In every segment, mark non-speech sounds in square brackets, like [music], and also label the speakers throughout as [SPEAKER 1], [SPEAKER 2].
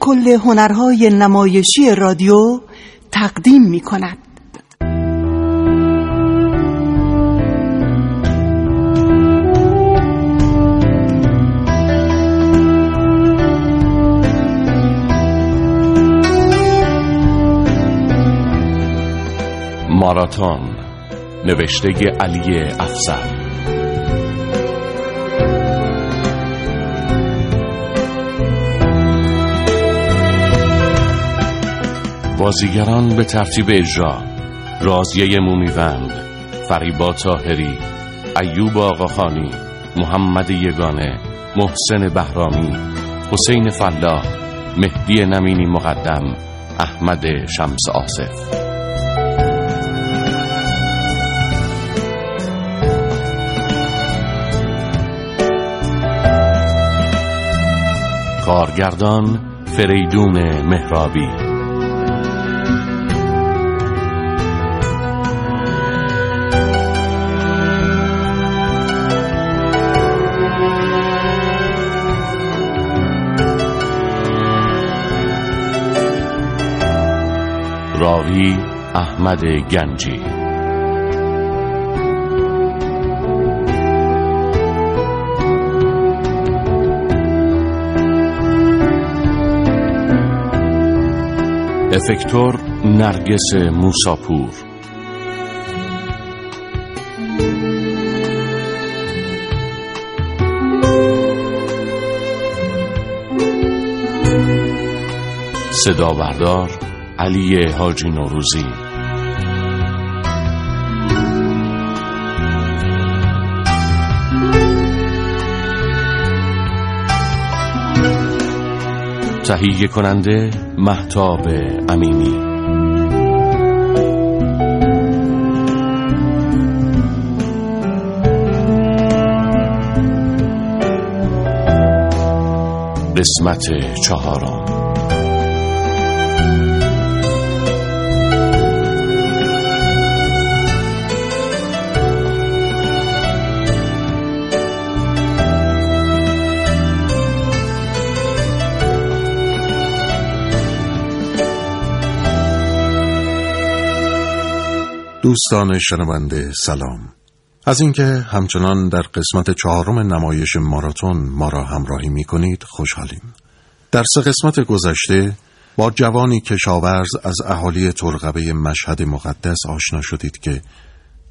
[SPEAKER 1] کل هنرهای نمایشی رادیو تقدیم می کند.
[SPEAKER 2] ماراتون نوشته علی افسر بازیگران به ترتیب اجرا رازیه مومیوند فریبا تاهری ایوب آقاخانی محمد یگانه محسن بهرامی حسین فلاح مهدی نمینی مقدم احمد شمس آصف کارگردان فریدون مهرابی راوی احمد گنجی افکتور نرگس موساپور صدا بردار علی حاجی نوروزی تهیه کننده محتاب امینی قسمت چهارم
[SPEAKER 3] دوستان شنونده سلام از اینکه همچنان در قسمت چهارم نمایش ماراتون ما را همراهی می کنید خوشحالیم در سه قسمت گذشته با جوانی کشاورز از اهالی ترقبه مشهد مقدس آشنا شدید که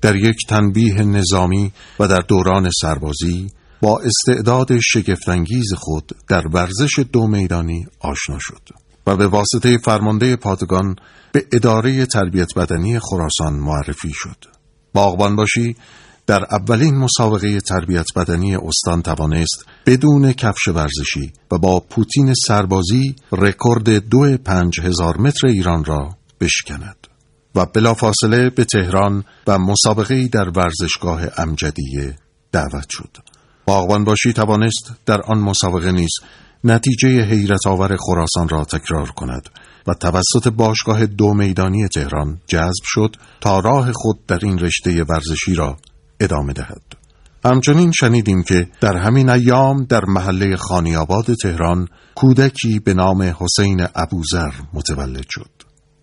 [SPEAKER 3] در یک تنبیه نظامی و در دوران سربازی با استعداد شگفتانگیز خود در ورزش دو میدانی آشنا شد و به واسطه فرمانده پادگان به اداره تربیت بدنی خراسان معرفی شد. باغبان باشی در اولین مسابقه تربیت بدنی استان توانست بدون کفش ورزشی و با پوتین سربازی رکورد دو پنج هزار متر ایران را بشکند و بلافاصله به تهران و مسابقه در ورزشگاه امجدیه دعوت شد. باغبان باشی توانست در آن مسابقه نیز نتیجه حیرت آور خراسان را تکرار کند و توسط باشگاه دو میدانی تهران جذب شد تا راه خود در این رشته ورزشی را ادامه دهد. همچنین شنیدیم که در همین ایام در محله خانیاباد تهران کودکی به نام حسین ابوذر متولد شد.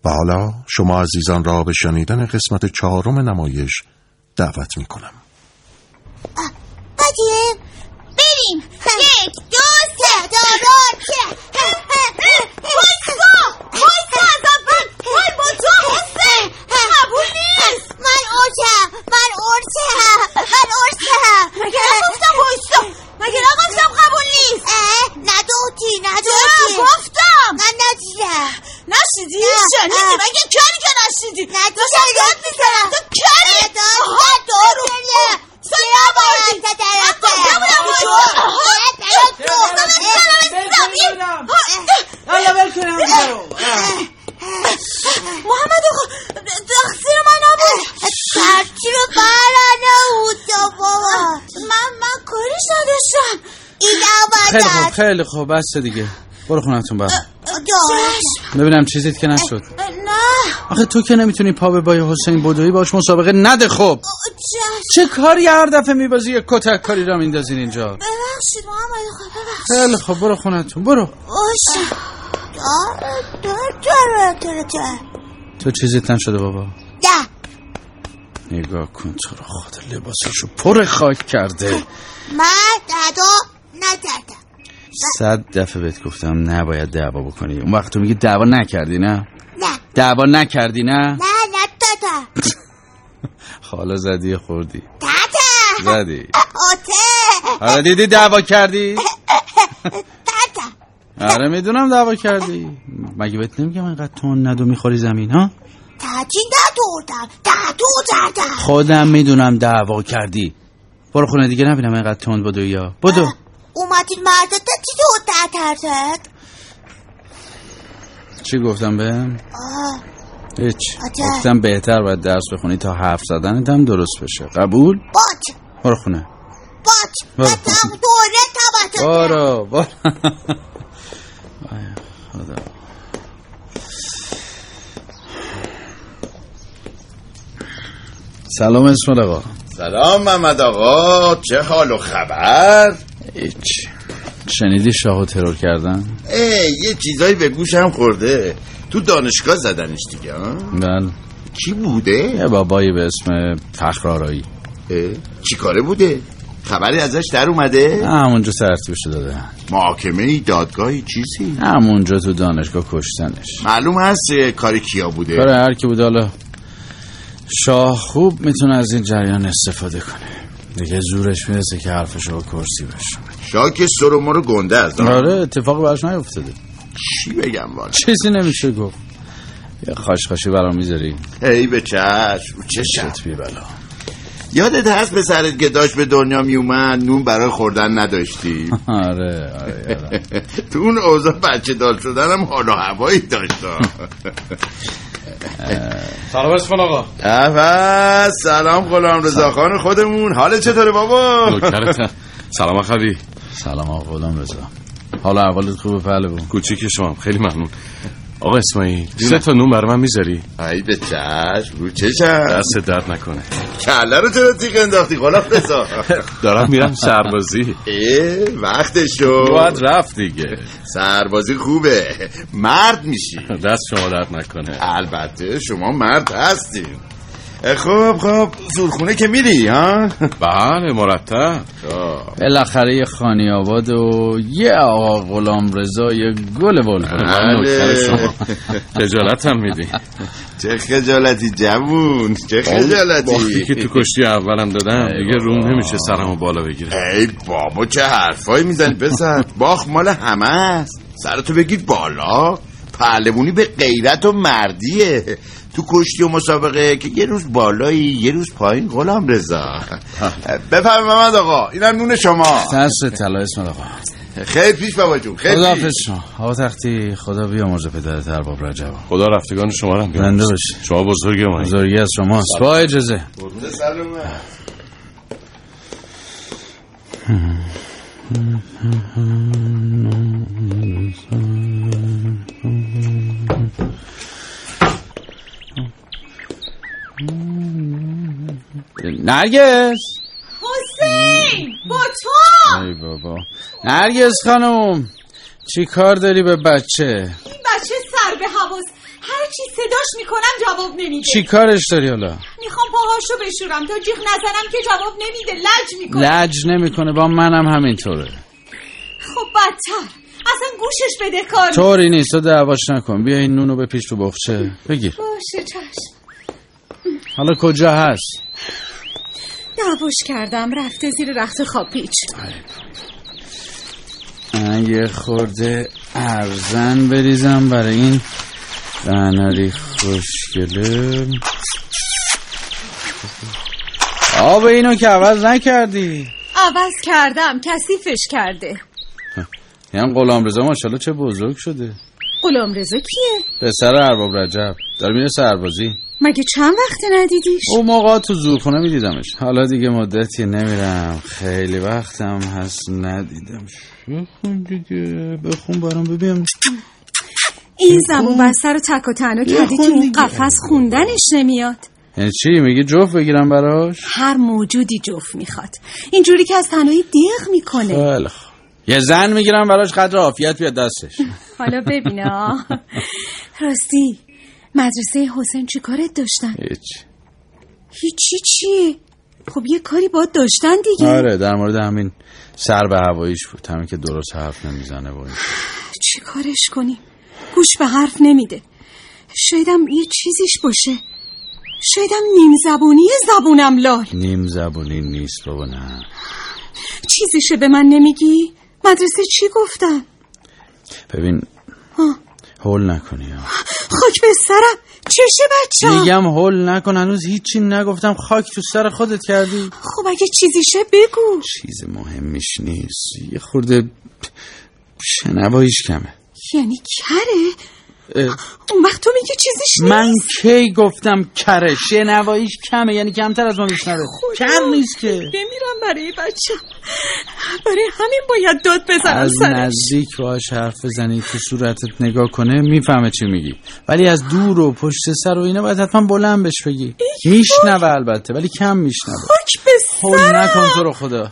[SPEAKER 3] و حالا شما عزیزان را به شنیدن قسمت چهارم نمایش دعوت می کنم.
[SPEAKER 4] بریم یک دو سه چهار چه بسکا بسکا زبان وای با تو حسه قبول نیست
[SPEAKER 5] من ارچم من ارچم من ارچم
[SPEAKER 4] مگه نگفتم بسکا مگه نگفتم قبول نیست
[SPEAKER 5] ندوتی
[SPEAKER 4] چرا
[SPEAKER 5] ندوتی
[SPEAKER 4] گفتم
[SPEAKER 5] من ندیدم
[SPEAKER 4] نشیدی
[SPEAKER 5] نه.
[SPEAKER 4] شنیدی
[SPEAKER 5] نه.
[SPEAKER 4] مگه کری که نشیدی
[SPEAKER 5] ندیدم.
[SPEAKER 4] داشتم داد میزنم تو کری
[SPEAKER 5] نداد.
[SPEAKER 4] آها دارو
[SPEAKER 5] نه.
[SPEAKER 4] سایه آوردی
[SPEAKER 5] نه.
[SPEAKER 4] نگفتم بودم بسکا آها
[SPEAKER 5] نه.
[SPEAKER 4] بسکا من میزنم عزیزم این- آه،
[SPEAKER 6] یالا ول کن همین رو
[SPEAKER 4] محمد آقا تقصیر من نبود
[SPEAKER 5] سرچی رو برانه بود تو بابا
[SPEAKER 4] من من کاری نداشتم
[SPEAKER 5] این
[SPEAKER 6] خیلی خوب
[SPEAKER 5] آبادت
[SPEAKER 6] خیلی خوب بس دیگه برو خونتون بر
[SPEAKER 5] داشت
[SPEAKER 6] ببینم چیزیت که نشد
[SPEAKER 4] نه
[SPEAKER 6] آخه تو که نمیتونی پا به بای حسین بدوی باش مسابقه نده خب
[SPEAKER 4] چشم
[SPEAKER 6] چه کاری هر دفعه میبازی یه کتک کاری را میندازین اینجا
[SPEAKER 4] ببخشید محمد آقا ببخشید
[SPEAKER 6] خیلی خب برو خونتون برو
[SPEAKER 4] باشه
[SPEAKER 6] تو چیزیت نشده بابا
[SPEAKER 5] ده
[SPEAKER 6] نگاه کن تو رو خود لباسشو پر خاک کرده
[SPEAKER 5] من دادو نکردم
[SPEAKER 6] صد دفعه بهت گفتم نباید دعوا بکنی اون وقت تو میگی دعوا نکردی نه
[SPEAKER 5] نه
[SPEAKER 6] دعوا نکردی نه
[SPEAKER 5] نه نه دادا
[SPEAKER 6] حالا زدی خوردی
[SPEAKER 5] دادا
[SPEAKER 6] زدی
[SPEAKER 5] آته
[SPEAKER 6] حالا دیدی دعوا کردی
[SPEAKER 5] دادا
[SPEAKER 6] آره میدونم دعوا کردی مگه بهت نمیگم اینقدر تون ندو میخوری زمین ها
[SPEAKER 5] تاجی ندوردم دادو دادم
[SPEAKER 6] خودم میدونم دعوا کردی برو خونه دیگه نبینم اینقدر تند بدو یا بدو
[SPEAKER 5] اومدین مرده تا چی دور دردرد
[SPEAKER 6] چی گفتم به
[SPEAKER 5] آه
[SPEAKER 6] هیچ
[SPEAKER 5] آجه.
[SPEAKER 6] گفتم بهتر باید درس بخونی تا حرف زدنت هم درست بشه قبول
[SPEAKER 5] باج
[SPEAKER 6] برو خونه
[SPEAKER 5] باج
[SPEAKER 6] برو.
[SPEAKER 5] من تم دوره تبا
[SPEAKER 6] برو برو آی خدا. سلام اسم آقا
[SPEAKER 7] سلام محمد آقا چه حال و خبر
[SPEAKER 6] هیچ شنیدی شاهو ترور کردن
[SPEAKER 7] ای یه چیزایی به گوشم خورده تو دانشگاه زدنش دیگه ها
[SPEAKER 6] بله
[SPEAKER 7] کی بوده
[SPEAKER 6] یه بابایی به اسم فخر آرایی
[SPEAKER 7] اه، چی کاره بوده خبری ازش در اومده
[SPEAKER 6] همونجا ترتیبشو داده
[SPEAKER 7] محاکمه ای دادگاهی چیزی
[SPEAKER 6] همونجا تو دانشگاه کشتنش
[SPEAKER 7] معلوم هست اه، کار کیا بوده
[SPEAKER 6] برای هر کی بود حالا شاه خوب میتونه از این جریان استفاده کنه دیگه زورش میرسه که حرفشو با کرسی بشه
[SPEAKER 7] شاک سر و مرو گنده است آه.
[SPEAKER 6] آره اتفاق براش نیفتاده
[SPEAKER 7] چی بگم والا
[SPEAKER 6] چیزی نمیشه گفت یه خاشخاشی برام میذاری
[SPEAKER 7] ای به چشم چشم
[SPEAKER 6] بی بلا
[SPEAKER 7] یادت هست پسرت که داشت به دنیا میومد نون برای خوردن نداشتی
[SPEAKER 6] آره آره یادم.
[SPEAKER 7] تو اون اوضاع بچه دار شدنم حال و هوایی داشت ها.
[SPEAKER 8] سلام اسفان آقا
[SPEAKER 7] اول سلام غلام رضا خان خودمون حال چطوره بابا
[SPEAKER 2] نوکرتم سلام اخوی
[SPEAKER 6] سلام آقا غلام رضا حالا اولت خوبه پهلو بود
[SPEAKER 2] کوچیک شما خیلی ممنون آقا اسماعیل سه تا نون بر من میذاری
[SPEAKER 7] ای به چشم رو چشم
[SPEAKER 2] دست درد نکنه
[SPEAKER 7] کله رو چرا تیغ انداختی غلام رضا
[SPEAKER 2] دارم میرم [laughs] سربازی
[SPEAKER 7] ای وقتش شد
[SPEAKER 2] باید رفت دیگه
[SPEAKER 7] سربازی خوبه مرد میشی
[SPEAKER 2] دست شما درد نکنه
[SPEAKER 7] البته شما مرد هستیم خب خب زورخونه که میری ها
[SPEAKER 2] بله مرتب
[SPEAKER 7] خب.
[SPEAKER 6] بالاخره یه خانی آباد و یه آقا غلام رضا یه گل بلبل
[SPEAKER 2] من نوکر
[SPEAKER 7] بله.
[SPEAKER 2] شما خجالت هم میدی
[SPEAKER 7] چه خجالتی جوون چه
[SPEAKER 2] باختی که
[SPEAKER 7] خجالتی
[SPEAKER 2] تو کشتی اولم دادم دیگه روم نمیشه سرمو بالا بگیره
[SPEAKER 7] ای بابا چه حرفایی میزنی پسر باخ مال همه است سرتو بگیر بالا پهلوونی به غیرت و مردیه تو کشتی و مسابقه که یه روز بالایی یه روز پایین غلام رضا بفرمایید محمد آقا اینم نون شما
[SPEAKER 6] ترس طلا اسم آقا
[SPEAKER 7] خیلی پیش بابا جون خیلی
[SPEAKER 6] خدا
[SPEAKER 7] پیش.
[SPEAKER 6] حافظ شما آقا تختی خدا بیامرزه پدرت ارباب رجب
[SPEAKER 2] خدا رفتگان شما رو هم بیامرز.
[SPEAKER 6] زنده باشی.
[SPEAKER 2] شما بزرگی ما
[SPEAKER 6] بزرگی از شماست با اجازه
[SPEAKER 7] قربون سلامت.
[SPEAKER 6] نرگس
[SPEAKER 4] حسین با تو
[SPEAKER 6] ای بابا نرگس خانم چی کار داری به بچه
[SPEAKER 4] این بچه سر به حواس هر چی صداش میکنم جواب نمیده
[SPEAKER 6] چی کارش داری حالا
[SPEAKER 4] میخوام پاهاشو بشورم تا جیغ نزنم که جواب نمیده لج میکنه
[SPEAKER 6] لج نمیکنه با منم همینطوره
[SPEAKER 4] خب بدتر اصلا گوشش بده کار
[SPEAKER 6] طوری نیست تو دعواش نکن بیا این نونو بپیچ تو بخچه بگیر
[SPEAKER 4] باشه چشم
[SPEAKER 6] حالا کجا هست
[SPEAKER 4] دعواش کردم رفته زیر رخت خواب پیچ
[SPEAKER 6] من یه خورده ارزن بریزم برای این قناری خوشگله آب اینو که عوض نکردی
[SPEAKER 4] عوض کردم کثیفش کرده
[SPEAKER 6] یعنی غلام رزا ماشالله چه بزرگ شده
[SPEAKER 4] غلام رضا کیه
[SPEAKER 6] پسر ارباب رجب داره میره سربازی
[SPEAKER 4] مگه چند وقت ندیدیش
[SPEAKER 6] اون موقع تو زورخونه میدیدمش حالا دیگه مدتی نمیرم خیلی وقتم هست ندیدم بخون دیگه بخون برام ببینم
[SPEAKER 4] این زبون بسته رو تک و تنها کردی
[SPEAKER 6] خون
[SPEAKER 4] تو این
[SPEAKER 6] دیگه.
[SPEAKER 4] قفس خوندنش نمیاد
[SPEAKER 6] یعنی چی میگی جفت بگیرم براش
[SPEAKER 4] هر موجودی جفت میخواد اینجوری که از تنهایی دیغ میکنه
[SPEAKER 6] خیلی خوب یه زن میگیرم براش قدر عافیت بیاد دستش
[SPEAKER 8] حالا ببینا راستی مدرسه حسین چی کارت داشتن؟
[SPEAKER 6] هیچ
[SPEAKER 8] هیچی چی؟ خب یه کاری باید داشتن دیگه
[SPEAKER 6] آره در مورد همین سر به هواییش بود همین که درست حرف نمیزنه بود
[SPEAKER 8] چی کارش کنیم؟ گوش به حرف نمیده شایدم یه چیزیش باشه شایدم نیم زبونی زبونم لال
[SPEAKER 6] نیم زبونی نیست بابا نه
[SPEAKER 8] چیزیشه به من نمیگی؟ مدرسه چی گفتن؟
[SPEAKER 6] ببین
[SPEAKER 8] آه.
[SPEAKER 6] هول نکنی آه.
[SPEAKER 8] خاک به سرم چشه بچه
[SPEAKER 6] میگم هول نکن هنوز هیچی نگفتم خاک تو سر خودت کردی
[SPEAKER 8] خب اگه چیزیشه بگو
[SPEAKER 6] چیز مهمیش نیست یه خورده شنواییش کمه
[SPEAKER 8] یعنی کره؟
[SPEAKER 6] اه.
[SPEAKER 8] اون وقت تو میگی چیزیش نیست
[SPEAKER 6] من کی گفتم کره شنواییش کمه یعنی کمتر از ما میشنوه کم نیست که
[SPEAKER 8] بمیرم برای بچه برای همین باید داد بزنم
[SPEAKER 6] از
[SPEAKER 8] سرش
[SPEAKER 6] نزدیک باش حرف بزنی تو صورتت نگاه کنه میفهمه چی میگی ولی از دور و پشت سر و اینا باید حتما بلند بهش بگی میشنوه البته ولی کم میشنوه
[SPEAKER 8] خاک به
[SPEAKER 6] هول نکن تو رو خدا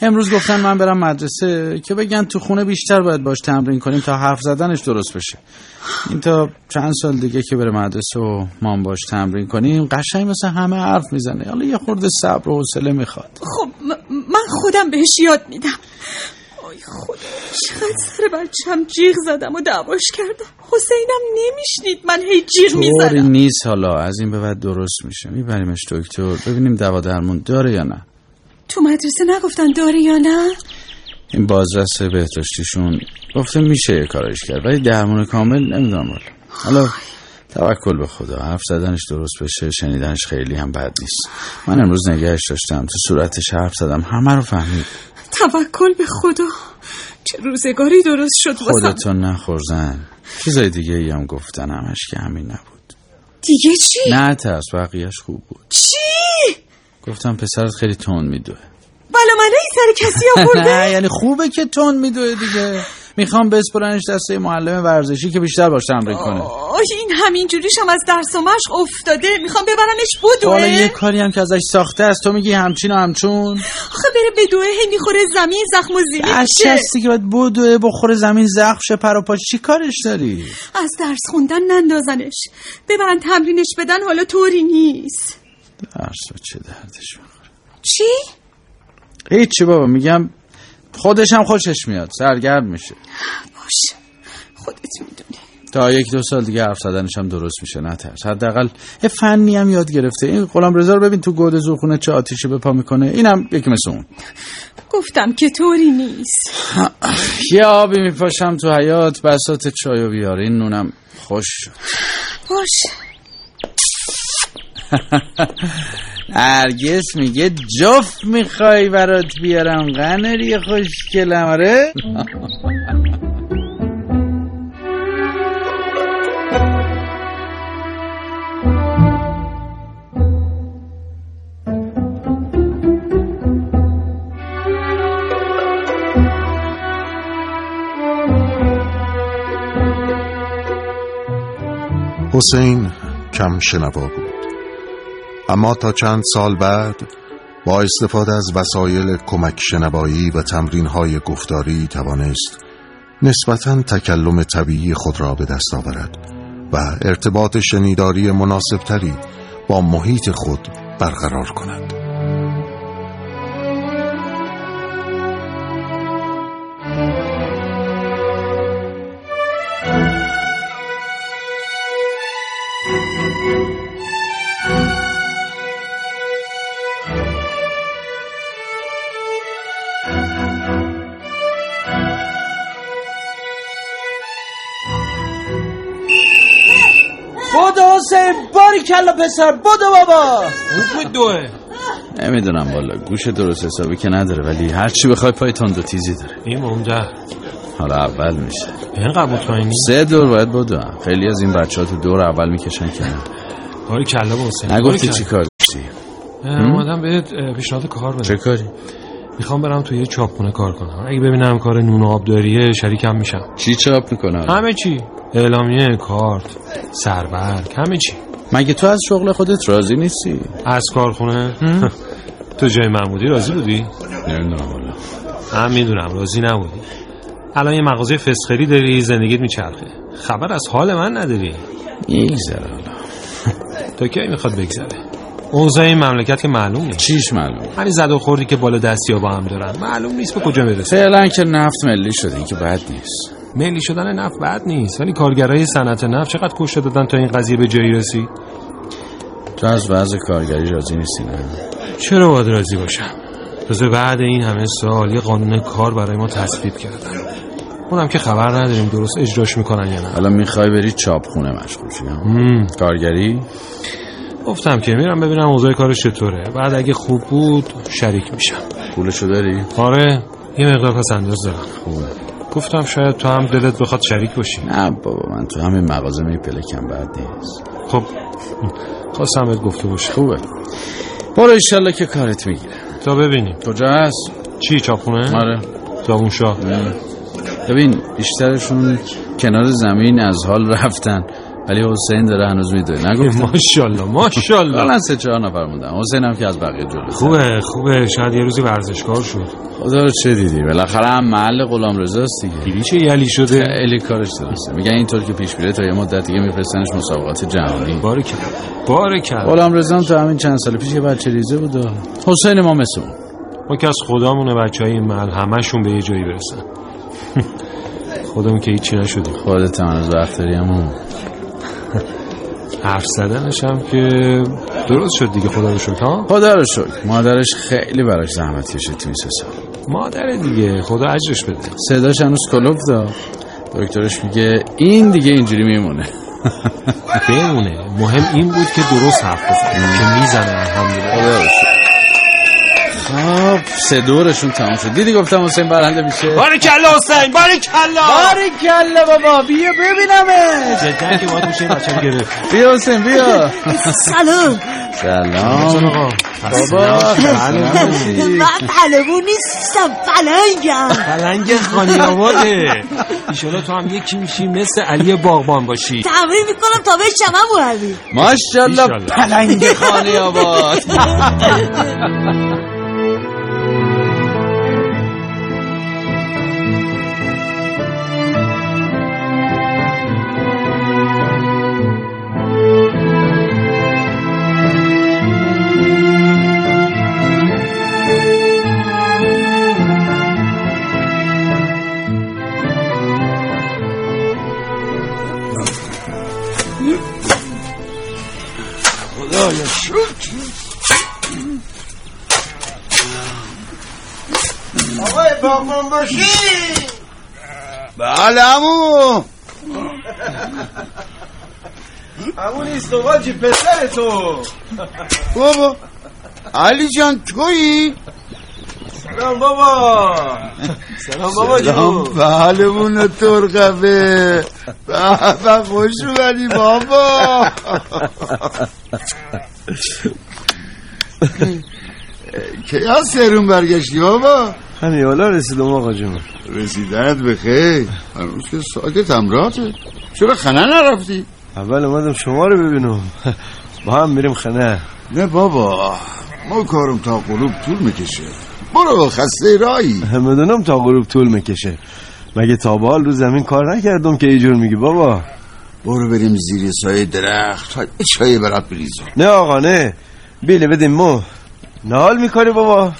[SPEAKER 6] امروز گفتن من برم مدرسه که بگن تو خونه بیشتر باید باش تمرین کنیم تا حرف زدنش درست بشه این تا چند سال دیگه که بره مدرسه و ما هم باش تمرین کنیم قشنگ مثل همه حرف میزنه حالا یه خورده صبر و حوصله میخواد
[SPEAKER 8] خب م- من خودم بهش یاد میدم آی خدا چقدر سر بچم جیغ زدم و دعواش کردم حسینم نمیشنید من هی جیغ
[SPEAKER 6] طوری
[SPEAKER 8] میزدم
[SPEAKER 6] نیست حالا از این به بعد درست میشه میبریمش دکتر ببینیم دوا درمون داره یا نه
[SPEAKER 8] تو مدرسه نگفتن داره یا نه
[SPEAKER 6] این بازرس بهداشتیشون گفته میشه یه کارش کرد ولی درمون کامل نمیدونم حالا حالا توکل به خدا حرف زدنش درست بشه شنیدنش خیلی هم بد نیست من امروز نگهش داشتم تو صورتش حرف زدم همه رو فهمید
[SPEAKER 8] توکل به خدا چه روزگاری درست شد واسم
[SPEAKER 6] خودتو نخورزن چیزای دیگه ای هم گفتن همش که همین نبود
[SPEAKER 8] دیگه چی؟
[SPEAKER 6] نه ترس بقیهش خوب بود
[SPEAKER 8] چی؟
[SPEAKER 6] گفتم پسرت خیلی تون میدوه
[SPEAKER 8] بلا من سر کسی
[SPEAKER 6] نه [laughs]
[SPEAKER 8] آورده؟
[SPEAKER 6] یعنی خوبه که تون میدوه دیگه میخوام بسپرنش دست یه معلم ورزشی که بیشتر باش تمرین کنه
[SPEAKER 8] آی این همینجوریش هم از درس و مشق افتاده میخوام ببرمش
[SPEAKER 6] حالا یه
[SPEAKER 8] بدوه
[SPEAKER 6] کاری هم که ازش ساخته است تو میگی همچین و همچون
[SPEAKER 8] آخه بره بدوه هی میخوره زمین زخم و زیلی میشه
[SPEAKER 6] هستی که باید بدوه بخور زمین زخم شه پر و پاش چی کارش داری
[SPEAKER 8] از درس خوندن نندازنش ببرن تمرینش بدن حالا طوری نیست
[SPEAKER 6] درس و چه دردش میخوره
[SPEAKER 8] چی؟
[SPEAKER 6] هیچی بابا میگم خودش هم خوشش میاد سرگرم میشه
[SPEAKER 8] باشه خودت میدونی
[SPEAKER 6] تا یک دو سال دیگه حرف زدنش هم درست میشه نترس حداقل یه فنی هم یاد گرفته این غلام رو ببین تو گود زورخونه چه آتیشی به پا میکنه اینم یکی مثل اون
[SPEAKER 8] گفتم که طوری نیست
[SPEAKER 6] یه آبی میپاشم تو حیات بسات چای و بیار این نونم خوش شد.
[SPEAKER 8] باشه
[SPEAKER 6] هرگز میگه جفت میخوای برات بیارم قنری خوشگلم آره
[SPEAKER 3] حسین کم شنوا بود اما تا چند سال بعد با استفاده از وسایل کمک شنوایی و تمرین های گفتاری توانست نسبتا تکلم طبیعی خود را به دست آورد و ارتباط شنیداری مناسبتری با محیط خود برقرار کند
[SPEAKER 6] بودو حسین باری کلا پسر بودو بابا نمیدونم والا گوش درست حسابی که نداره ولی هرچی بخوای پای تند و تیزی داره
[SPEAKER 9] این عمده
[SPEAKER 6] حالا اول میشه
[SPEAKER 9] اینقدر مطمئنی
[SPEAKER 6] سه دور باید بودو خیلی از این بچه ها تو دور اول میکشن کنار
[SPEAKER 9] باری کلا با حسین
[SPEAKER 6] نگفتی
[SPEAKER 9] باریکلا.
[SPEAKER 6] چی کار داشتی
[SPEAKER 9] اه، اومدم بهت اه، پیشنهاد کار بدم
[SPEAKER 6] چه کاری
[SPEAKER 9] میخوام برم توی یه چاپخونه کار کنم اگه ببینم کار نون و آب داریه شریکم میشم
[SPEAKER 6] چی چاپ میکنه
[SPEAKER 9] همه چی اعلامیه کارت سربرگ همه چی
[SPEAKER 6] مگه تو از شغل خودت راضی نیستی
[SPEAKER 9] [laughs] از کارخونه تو جای محمودی راضی بودی
[SPEAKER 6] نمیدونم والا
[SPEAKER 9] من میدونم راضی نبودی الان یه مغازه فسخری داری زندگیت میچرخه خبر از حال من نداری
[SPEAKER 6] میگذره حالا
[SPEAKER 9] تا کی میخواد بگذره اوضاع این مملکت که معلوم نیست
[SPEAKER 6] چیش معلوم
[SPEAKER 9] همین زد و خوردی که بالا دستی با هم دارن معلوم نیست به کجا برسه
[SPEAKER 6] فعلا که نفت ملی شده این که بد نیست
[SPEAKER 9] ملی شدن نفت بد نیست ولی کارگرای صنعت نفت چقدر کشته دادن تا این قضیه به جایی رسید
[SPEAKER 6] تو از وضع کارگری راضی نیستی نه
[SPEAKER 9] چرا باید راضی باشم تازه بعد این همه سال یه قانون کار برای ما تصویب کردن اونم که خبر نداریم درست اجراش میکنن یا نه
[SPEAKER 6] حالا میخوای بری چاپخونه مشغول شی ها؟
[SPEAKER 9] مم.
[SPEAKER 6] کارگری
[SPEAKER 9] گفتم که میرم ببینم اوضاع کارش چطوره بعد اگه خوب بود شریک میشم
[SPEAKER 6] پولشو داری
[SPEAKER 9] آره یه مقدار پس انداز دارم
[SPEAKER 6] خوبه
[SPEAKER 9] گفتم شاید تو هم دلت بخواد شریک باشی
[SPEAKER 6] نه بابا من تو همین مغازه می پلکم بد نیست
[SPEAKER 9] خب خواستم بهت گفته باشم
[SPEAKER 6] خوبه برو ایشالله که کارت میگیره
[SPEAKER 9] تا ببینیم
[SPEAKER 6] کجا هست
[SPEAKER 9] چی چاپونه؟
[SPEAKER 6] آره
[SPEAKER 9] زابونشاه
[SPEAKER 6] ببین بیشترشون کنار زمین از حال رفتن ولی حسین داره هنوز میدونه نگفتم
[SPEAKER 9] ماشاءالله [laughs] ماشاءالله
[SPEAKER 6] الان سه چهار نفر موندن حسین هم که از بقیه جلو
[SPEAKER 9] خوبه خوبه شاید یه روزی ورزشکار شد
[SPEAKER 6] خدا رو چه دیدی بالاخره هم محل غلام رضاست دیگه
[SPEAKER 9] دیدی چه یلی شده
[SPEAKER 6] خیلی کارش درسته میگن اینطور که پیش میره تا یه مدت دیگه میفرستنش مسابقات جهانی
[SPEAKER 9] باره کرد باره کرد
[SPEAKER 6] غلام رضا تا همین چند سال پیش یه بچه ریزه بود و حسین ما مثل اون
[SPEAKER 9] ما که از خدامونه بچه های این محل همشون به یه جایی برسن خودمون که هیچی نشدیم
[SPEAKER 6] خودت هم هنوز وقت داری اما
[SPEAKER 9] حرف زدنش هم که درست شد دیگه خدا رو شکر ها
[SPEAKER 6] خدا رو شکر مادرش خیلی براش زحمت کشید تو این سه سال
[SPEAKER 9] مادر دیگه خدا اجرش بده
[SPEAKER 6] صداش هنوز کلوف داد دکترش میگه این دیگه اینجوری میمونه
[SPEAKER 9] بمونه مهم این بود که درست حرف بزنه که میزنه الحمدلله
[SPEAKER 6] خدا رو شکر خب سه دورشون تمام شد دیدی گفتم حسین برنده میشه
[SPEAKER 9] باریکلا حسین باریکلا
[SPEAKER 6] کله بابا بیا ببینمش
[SPEAKER 9] جدا که باید میشه بچه گرفت
[SPEAKER 6] بیا حسین [laughs] بیا
[SPEAKER 5] سلام
[SPEAKER 6] سلام بابا سلام.
[SPEAKER 5] من پلوون نیستم فلنگم
[SPEAKER 9] پلنگ خانی آباده ایشالا تو هم یکی میشی مثل علی باغبان باشی
[SPEAKER 5] تمرین میکنم تا به شمم بروی
[SPEAKER 6] ماشاءالله
[SPEAKER 9] ایشالله.
[SPEAKER 6] پلنگ خانه آباد
[SPEAKER 7] آقای باقون باشی بله امو
[SPEAKER 10] همون استوباجی پسر تو
[SPEAKER 7] بابا علی جان تویی؟
[SPEAKER 10] سلام بابا سلام بابا
[SPEAKER 7] سلام
[SPEAKER 10] جو
[SPEAKER 7] پهلوون ترقبه به به خوش
[SPEAKER 10] [laughs]
[SPEAKER 7] اومدی بابا کیا سرون برگشتی بابا
[SPEAKER 10] همین حالا رسیدم آقا جون
[SPEAKER 7] رسیدنت به خیر هنوز که ساکت همراته چرا خنه نرفتی
[SPEAKER 10] اول اومدم شما رو ببینم [laughs] با هم میریم خنه
[SPEAKER 7] نه بابا ما کارم تا غروب طول میکشه برو خسته رایی
[SPEAKER 10] میدونم تا غروب طول میکشه مگه تا به حال رو زمین کار نکردم که اینجور میگی بابا
[SPEAKER 7] برو بریم زیر سایه درخت تا یه چایی برات بریزم
[SPEAKER 10] نه آقا نه بیله بدیم مو نال میکنی بابا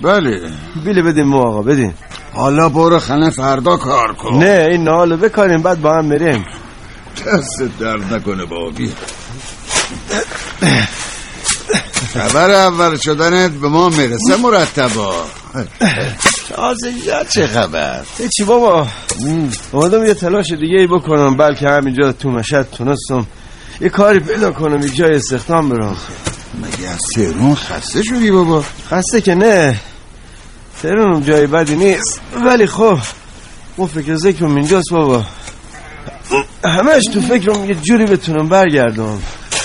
[SPEAKER 7] بله
[SPEAKER 10] بیله بدیم مو آقا بدین
[SPEAKER 7] حالا برو خنه فردا کار کن
[SPEAKER 10] نه این نالو بکاریم بعد با هم میریم
[SPEAKER 7] دست درد نکنه بابی خبر اول شدنت به ما میرسه مرتبا تازه یا چه خبر
[SPEAKER 10] چی بابا اومدم یه تلاش دیگه ای بکنم بلکه همینجا تو مشهد تونستم یه کاری پیدا کنم یک جای استخدام برم
[SPEAKER 7] مگه از تهرون خسته شدی بابا
[SPEAKER 10] خسته که نه ترونم جای بدی نیست ولی خب اون فکر ذکرم اینجاست بابا همش تو فکرم یه جوری بتونم برگردم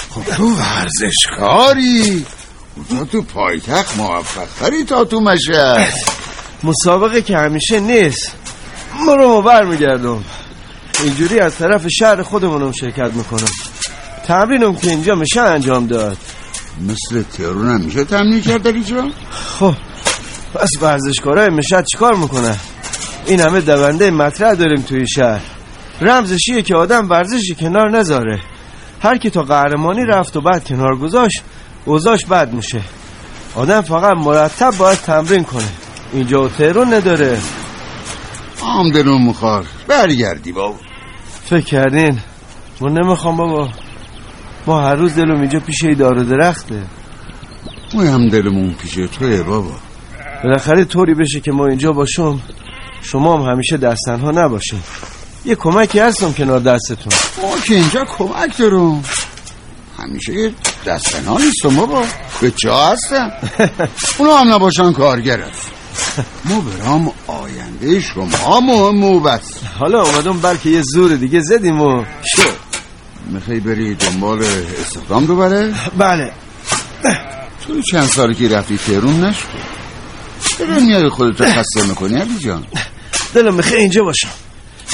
[SPEAKER 7] خب تو ورزشکاری اونا تو پایتخت موفق تری تا تو مشهد
[SPEAKER 10] مسابقه که همیشه نیست مرمو برمیگردم اینجوری از طرف شهر خودمونم شرکت میکنم تمرینم که اینجا میشه انجام داد
[SPEAKER 7] مثل تهرون هم میشه تمنی کرد علی جان
[SPEAKER 10] خب پس ورزشکارا این شهر چیکار میکنن این همه دونده مطرح داریم توی این شهر رمزش اینه که آدم ورزشی کنار نذاره هر کی تا قهرمانی رفت و بعد کنار گذاشت اوضاعش بد میشه آدم فقط مرتب باید تمرین کنه اینجا و تهرون نداره
[SPEAKER 4] آمدنون مخار برگردی بابا
[SPEAKER 10] فکر کردین ما نمیخوام بابا ما هر روز دلم اینجا پیش ای دار و درخته
[SPEAKER 4] ما هم دلمون پیش توه بابا
[SPEAKER 10] بالاخره طوری بشه که ما اینجا باشم شما هم همیشه دستنها نباشین یه کمکی هستم کنار دستتون
[SPEAKER 4] ما که اینجا کمک دارم همیشه یه دستنها نیستم بابا به جا [laughs] هستم اونا هم نباشن کارگرم ما برام آینده شما مهم و بس
[SPEAKER 10] حالا اومدم بلکه یه زور دیگه زدیم و
[SPEAKER 4] شو میخوای بری دنبال استخدام دوباره
[SPEAKER 10] بله
[SPEAKER 4] تو چند سالی که رفتی تهرون نشد چرا میای خودت رو خسته میکنی علی جان
[SPEAKER 10] دلم میخواه اینجا باشم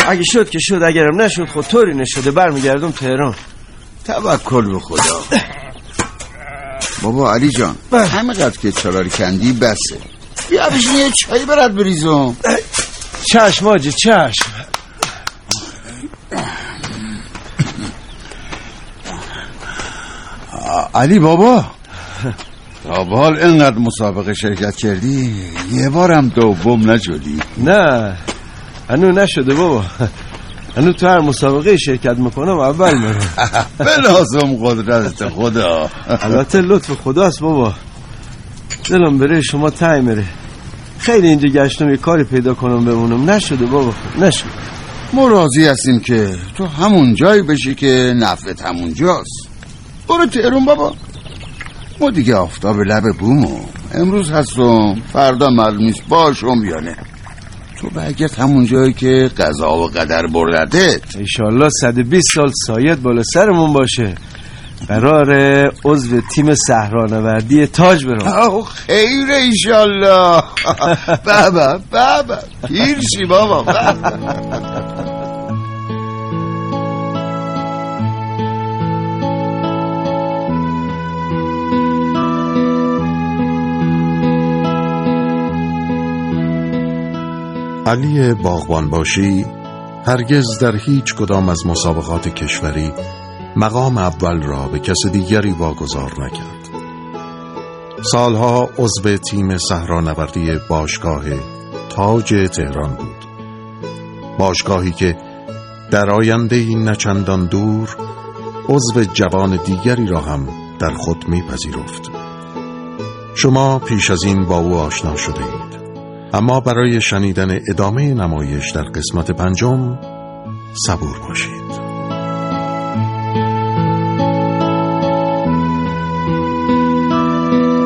[SPEAKER 10] اگه شد که شد اگرم نشد خود طوری نشده برمیگردم تهران
[SPEAKER 4] توکل به خدا بابا علی جان
[SPEAKER 7] بله.
[SPEAKER 4] همینقدر که چالار کندی بسه بیا بشین یه چایی برات بریزم
[SPEAKER 10] چشم آجی چشم
[SPEAKER 4] علی بابا تا به حال اینقدر مسابقه شرکت کردی یه بارم دوم نشدی
[SPEAKER 10] نه هنو نشده بابا هنو تو هر مسابقه شرکت میکنم اول میرم
[SPEAKER 4] بلازم قدرت خدا
[SPEAKER 10] البته لطف خداست بابا دلم برای شما تای میره خیلی اینجا گشتم یه کاری پیدا کنم بمونم نشده بابا نشد
[SPEAKER 4] ما راضی هستیم که تو همون جایی بشی که نفت همون جاست برو تهرون بابا ما دیگه آفتاب لب بومو امروز هستم فردا معلوم نیست باشم یا نه تو برگرد همون جایی که قضا و قدر بردت
[SPEAKER 10] ایشالله 120 سال سایت بالا سرمون باشه قرار عضو تیم صحرانوردی تاج برم
[SPEAKER 4] او خیر ایشالله [laughs] بابا بابا پیرشی بابا بابا
[SPEAKER 3] علی باغبانباشی هرگز در هیچ کدام از مسابقات کشوری مقام اول را به کس دیگری واگذار نکرد سالها عضو تیم صحرانوردی باشگاه تاج تهران بود باشگاهی که در آینده این نچندان دور عضو جوان دیگری را هم در خود میپذیرفت شما پیش از این با او آشنا شده اید اما برای شنیدن ادامه نمایش در قسمت پنجم صبور باشید